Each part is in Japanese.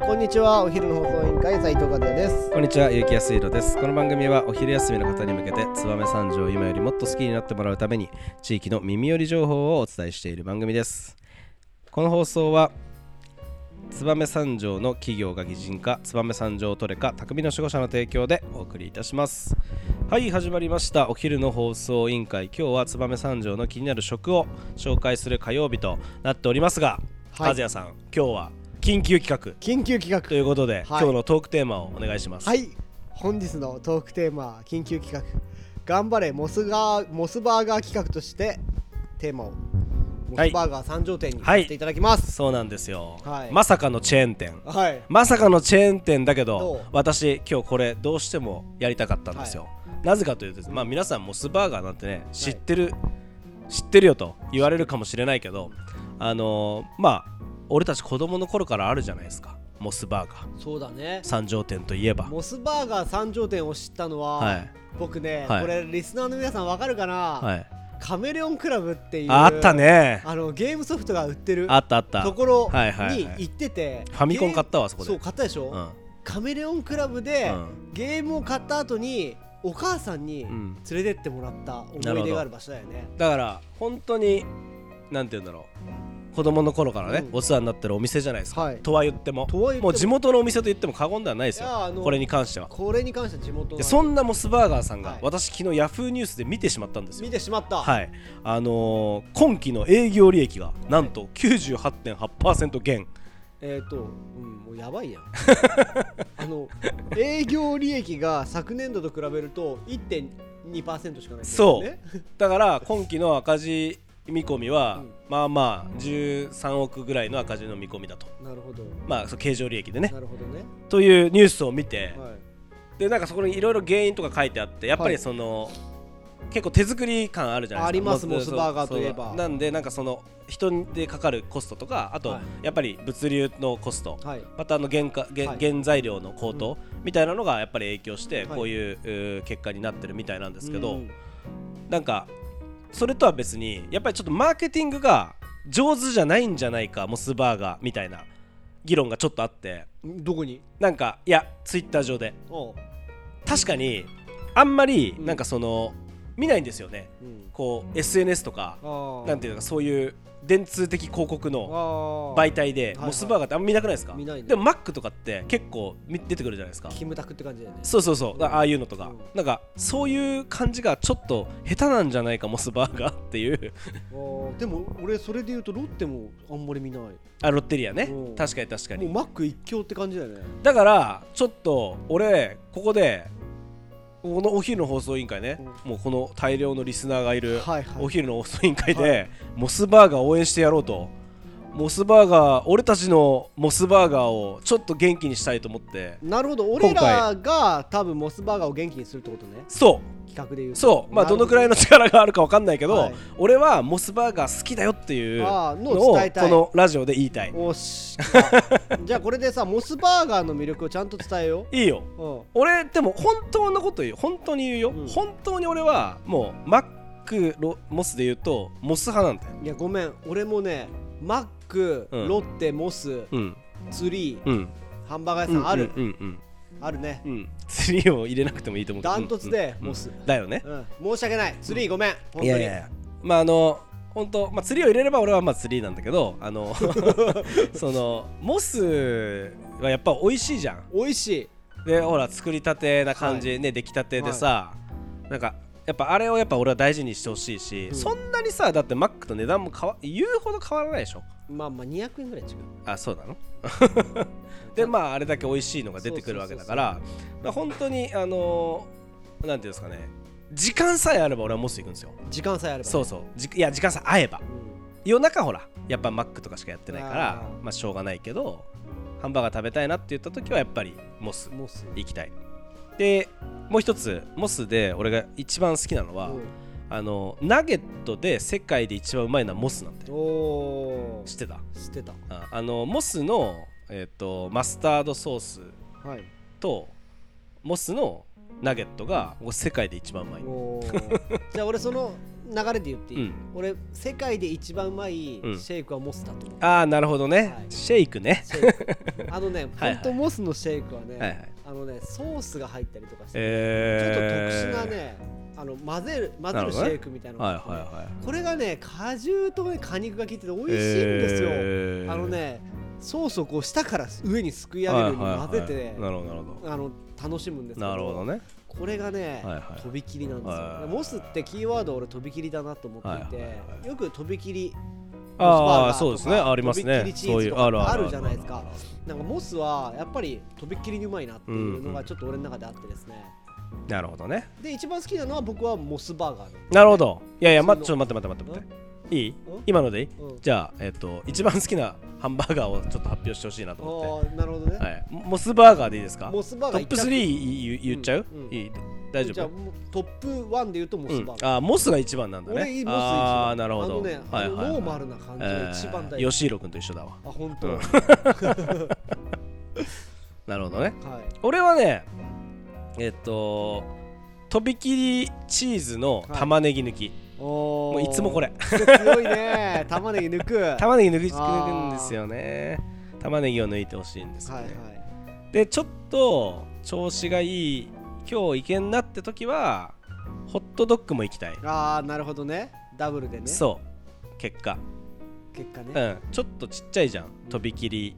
こんにちはお昼の放送委員会斉藤和也ですこんにちは、ゆうきやすいろです。この番組はお昼休みの方に向けて、燕三条を今よりもっと好きになってもらうために、地域の耳寄り情報をお伝えしている番組です。この放送は、燕三条の企業が擬人化、燕三条トレカ、匠の守護者の提供でお送りいたします。はい、始まりました。お昼の放送委員会。今日は燕三条の気になる食を紹介する火曜日となっておりますが、はい和也さん、今日は緊急企画緊急企画ということで、はい今日のトークテーマをお願いします。はい本日のトークテーマ緊急企画頑張れモスガーモスバーガー企画としてテーマをモはいスバーガー三条店にさはいせていただきますそうなんですよ、はいまさかのチェーン店はい、まさかのチェーン店だけどどう私今日これどうしてもやりたかったんですよ、なぜかというとですねまあ皆さんモスバーガーなんてね知ってる、知ってるよと言われるかもしれないけどあのーまあ俺たち子供の頃からあるじゃないですかモスバーガーそうだね三条店といえばモスバーガー三条店を知ったのは、はい僕ね、はいこれリスナーの皆さんわかるかな、はいカメレオンクラブっていうああったねあのゲームソフトが売ってるあったあったところはいはいにはい行ってて、ファミコン買ったわそこでそう買ったでしょ、うんカメレオンクラブで、うんゲームを買った後にお母さんにうん連れてってもらった思いなるほ出どがある場所だよね。だから本当になんて言うんだろう子供の頃からね、うんお世話になってるお店じゃないですか、はいとは言ってもとは言ってもう地元のお店と言っても過言ではないですよいやあのこれに関してはこれに関しては地元のでそんなモスバーガーさんが、はい私昨日ヤフーニュースで見てしまったんですよ見てしまった、はいあのー今期の営業利益がなんと98.8%減えっ、と、うん、もうやばいや んあの営業利益が昨年度と比べると1.2%しかないそうね、だから今期の赤字見込みは、うんまあまあ13億ぐらいの赤字の見込みだとなるほどまあそう経常利益でねなるほどね、というニュースを見て、はい、でなんかそこにいろいろ原因とか書いてあってやっぱはいりその、結構手作り感あるじゃないですかありますもうモスバーガーといえばそうなんでなんかその人でかかるコストとかあと、はいやっぱり物流のコスト、はいまたあの原価原,、はい原材料の高騰みたいなのがやっぱり影響して、はいこういううー結果になってるみたいなんですけど、うんなんかそれとは別にやっぱりちょっとマーケティングが上手じゃないんじゃないかモスバーガーみたいな議論がちょっとあってどこになんかいやツイッター上でおう、確かにあんまりうんなんかその見ないんですよねうん、こう SNS とかあなんていういうのかそういう電通的広告のの媒体ではいモスバーガーってあんま見なくないですか見ないねでもマックとかって結構み出てくるじゃないですかキムタクって感じだよねそうそうそううんあああいうのとかうんなんかそういう感じがちょっと下手なんじゃないかモスバーガーっていうあーでも俺それで言うとロッテもあんまり見ないあロッテリアねうん確かに確かもうにマック一強って感じだよねだからちょっと俺ここでこのお昼の放送委員会ねもうこの大量のリスナーがいるはいはいお昼の遅い委員会で、はモスバーガー応援してやろうとモスバーガー俺たちのモスバーガーをちょっと元気にしたいと思ってなるほど俺今回らが多分モスバーガーを元気にするってことねそ企画で言ううとそうまあなどるほのくらいの力があるか分かんないけど、はい俺はモスバーガー好きだよっていうあーののををこ伝えたいのラジオで言いたいおっしじゃあこれでさモスバーガーの魅力をちゃんと伝えよいいよう、うん、俺でも本当のこと言う本当に言うよ、うん本当に俺はもうマックロモスで言うとモス派なんだよいやごめん俺もねマック、うんロッテモスうんツリーうんハンバーガー屋さんある、うんうんあるねうんうんツリーを入れなくてもいいと思うけどダントツでモス、だよね、うん申し訳ないツリーごめん本当にいやいやいやまああの本当まあ釣りを入れれば俺はまあ釣りなんだけどあの そのモスはやっぱ美味しいじゃん美味しいでほら作りたてな感じ、ね出来たてでさ、なんかやっぱあれをやっぱ俺は大事にしてほしいし、うんそんなにさだってマックと値段も変わ言うほど変わらないでしょまあまあ200円ぐらい違うあそうなの でまああれだけ美味しいのが出てくるわけだからまあ本当にあのなんていうんですかね時間さえあれば俺はモス行くんですよ時間さえあればね、そうそうじいや時間さえ合えばうん夜中ほらやっぱマックとかしかやってないからあーまあしょうがないけどハンバーガー食べたいなって言った時はやっぱりモスモス行きたいでもう一つモスで俺が一番好きなのは、あのナゲットで世界で一番うまいのはモスなんおだよお知ってた知ってたああのモスの、えっとマスタードソースはいとモスのナゲットが世界で一番うまいおーじゃあ俺その流れで言っていい、うん俺世界で一番うまいシうんェイクはモスだ と思う、ああなるほどね、いシェイクねシェイクあのねはいはいほんとモスのシェイクはね、はいはいあのねソースが入ったりとかして、えちょっー、と特殊なねあの混ぜる混ぜるシェイクみたいなのがはあいってね、はいはいこれがね果汁と、ね、果肉が効いてて美味しいんですよ、えーあのねソースをこう下から上にすくい上げるように混ぜて、はいはいはいなるほどなるほあの楽しむんですどけどなるほどねこれがね、はいはい飛び切りなんですよ、はいモスってキーワード俺飛び切りだなと思っていて、はいはいはいよく飛び切りああそうですねあります飛びね切りチそうーいズうとあかるあるあるじゃないですかあるあるあなんかモスはやっぱりとびっきりにうまいなっていうのうんうんがちょっと俺の中であってですね、るなるほどねで一番好きなのは僕はモスバーガーなんでなるほどいやいやまそちのょっと待って待って待って待っていい今のでいいうんじゃあえっと一番好きなハンバーガーをちょっと発表してほしいなと思っああなるほどね、てはいモスバーガーでいいですかモスバートガッープ3言言言っちゃううんうんいい大じ丈ゃ夫あもうトップ1で言うとモうスんバーガー、あーモスが一番なんだね俺いいモス一番ああなるほあのどね、あのノーマルな感じが一番大事、えー吉弘君と一緒だわあ本当、うんはいなるほどね俺はねえっととびきりチーズの玉ねぎ抜き、お もういつもこれれ強いね玉ねぎ抜くは 玉ねぎ抜きあ抜ーくんですよね玉ねぎを抜いてほしいんですいよはね、いでちょっと調子がいい今日いけんなって時はホットドッグも行きたい、ああなるほどねダブルでねそう結果、結果うね、ん、ちょっとちっちゃいじゃんとびきり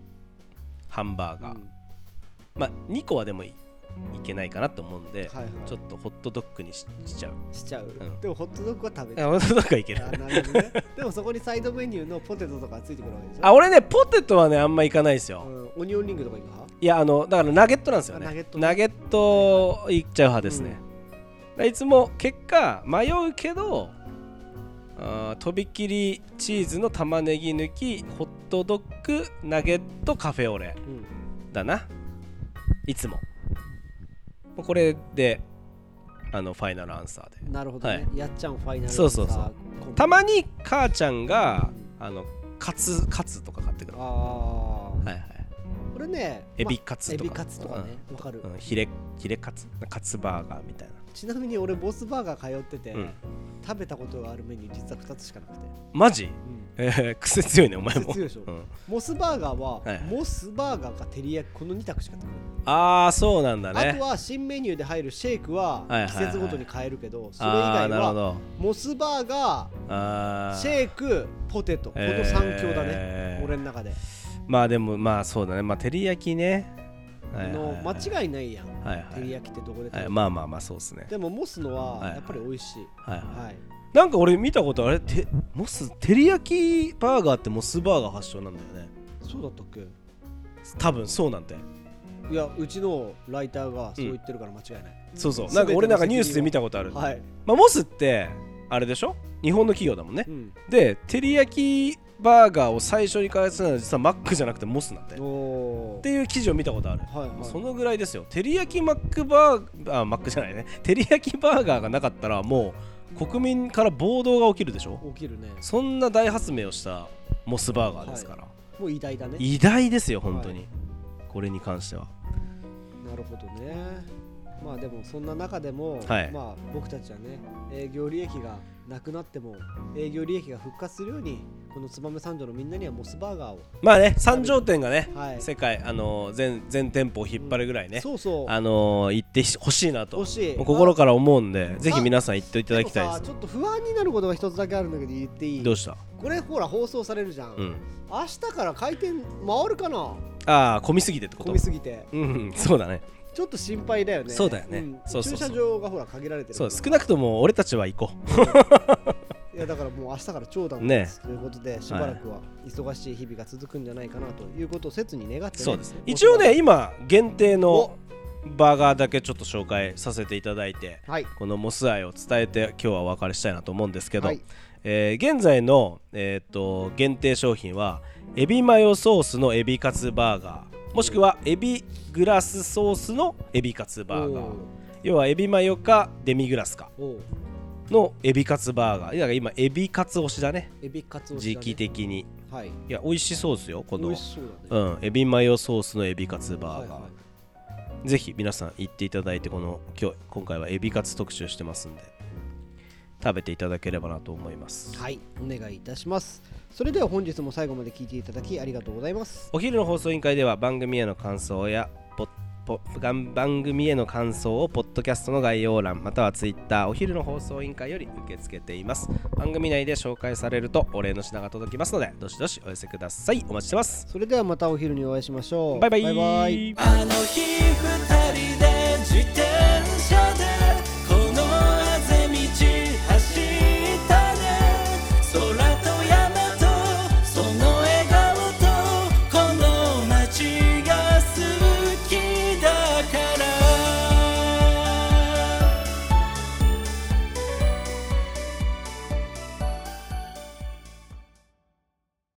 ハンバーうんガー、まあ2個はでもいいけないかなと思うんで、はいはいちょっとホットドッグにししちゃうしちゃう、んでもホットドッグは食べあるホットドッグはいけるあなるほどね でもそこにサイドメニューのポテトとかついてくるわけでしょあ俺ねポテトはねあんまいかないですよ、うん、オニオンリングとかいく派いやあのだからナゲットなんですよねあナゲットナゲットいっちゃう派ですね、だからいつも結果迷うけどあーとびきりチーズの玉ねぎ抜きホットドッグナゲットカフェオレうんだないつももうこれであのファイナルアンサーでなるほどね、はいやっちゃんファイナルそうそうそうさコンビたまに母ちゃんがあのカツカツとか買ってくるはああ、いはいこれねエビまカツエとか、ビカツとかねわかる、うん、うん、ヒレヒレカツカツバーガーみたいなちなみに俺ボスバーガー通ってて、うん食べたことがあるメニュー実は2つしかなくて、マジう んえー、癖強いねお前も強いでしょうん、モスバーガーは、はいはいモスバーガーか照り焼きこの2択しか食べないああそうなんだあねとは新メニューで入るシェイクははいはいはい季節ごとに変えるけど、あーそれ以なる外ほはどモスバーガあーーシェイクポテトこのえー3強だね、俺の中で、まあでもまあそうだねまあ照り焼きねはいはいはいの間違いないやんはい照り焼きってどこで食べはい、るはい、まあまあまあそうですねでもモスのはいははいやっぱり美味しい、はいはい、はいなんか俺見たことあれてモス照り焼きバーガーってモスバーガー発祥なんだよねそうだったっけ多分そうなんだよいやうちのライターがそう言ってるから間違いない、そうそうなんか俺なんかニュースで見たことある、はい、まあ、モスってあれでしょ日本の企業だもんねうん、で照り焼きバーガーを最初に開発したのは実はマックじゃなくてモスなんだよおーっていう記事を見たことある、はいはいそのぐらいですよ照り焼きマックバーガーあマックじゃないね照り焼きバーガーがなかったらもう国民から暴動が起きるでしょ起きるねそんな大発明をしたモスバーガーですから、もう偉大だね偉大ですよ本当に、これに関してはなるほどねまあでもそんな中でも、はいまあ僕たちはね営業利益がなくなっても営業利益が復活するようにこの燕三条のみんなにはモスバーガーをまあね三条店がね、はい世界あのー全全店舗を引っ張るぐらいね、そうそうあのー行ってほしいなと欲しいもう心から思うんでぜひ皆さん行っていでただもきたいさですちょっと不安になることが一つだけあるんだけど言っていいどうしたこれほら放送されるじゃん、うん明日から回転回るかなああ混みすぎてってこと混みすぎてうんそうだねちょっと心配だよねそうだよねんそうそうそ駐う車場がほら限られてるかそうら少なくとも俺たちは行こいやだからもう明日から長蛇ねです、ということでしばらくは忙しい日々が続くんじゃないかなということを切に願って、うそうですね一応ね今限定のバーガーだけちょっと紹介させていただいてはいこのモス愛を伝えて今日はお別れしたいなと思うんですけど、はいえー現在の、えー、と限定商品はエビマヨソースのエビカツバーガーもしくはエビグラスソースのエビカツバーガー要はエビマヨかデミグラスかおーおーのエビカツバーガーだから今エビカツ推しだねエビカツを時期的にはいいや美味しそうですよこ美の味しそうだうね、んエビマヨソースのエビカツバーガー、はいはぜひ皆さん行っていただいてこの今日今回はエビカツ特集してますんで食べていただければなと思いますはいお願いいたしますそれでは本日も最後まで聞いていただきありがとうございますお昼の放送委員会では番組への感想やポッポがん番組への感想をポッドキャストの概要欄またはツイッターお昼の放送委員会より受け付けています番組内で紹介されるとお礼の品が届きますのでどしどしお寄せくださいお待ちしてますそれではまたお昼にお会いしましょうバイバイバイバイあの日二人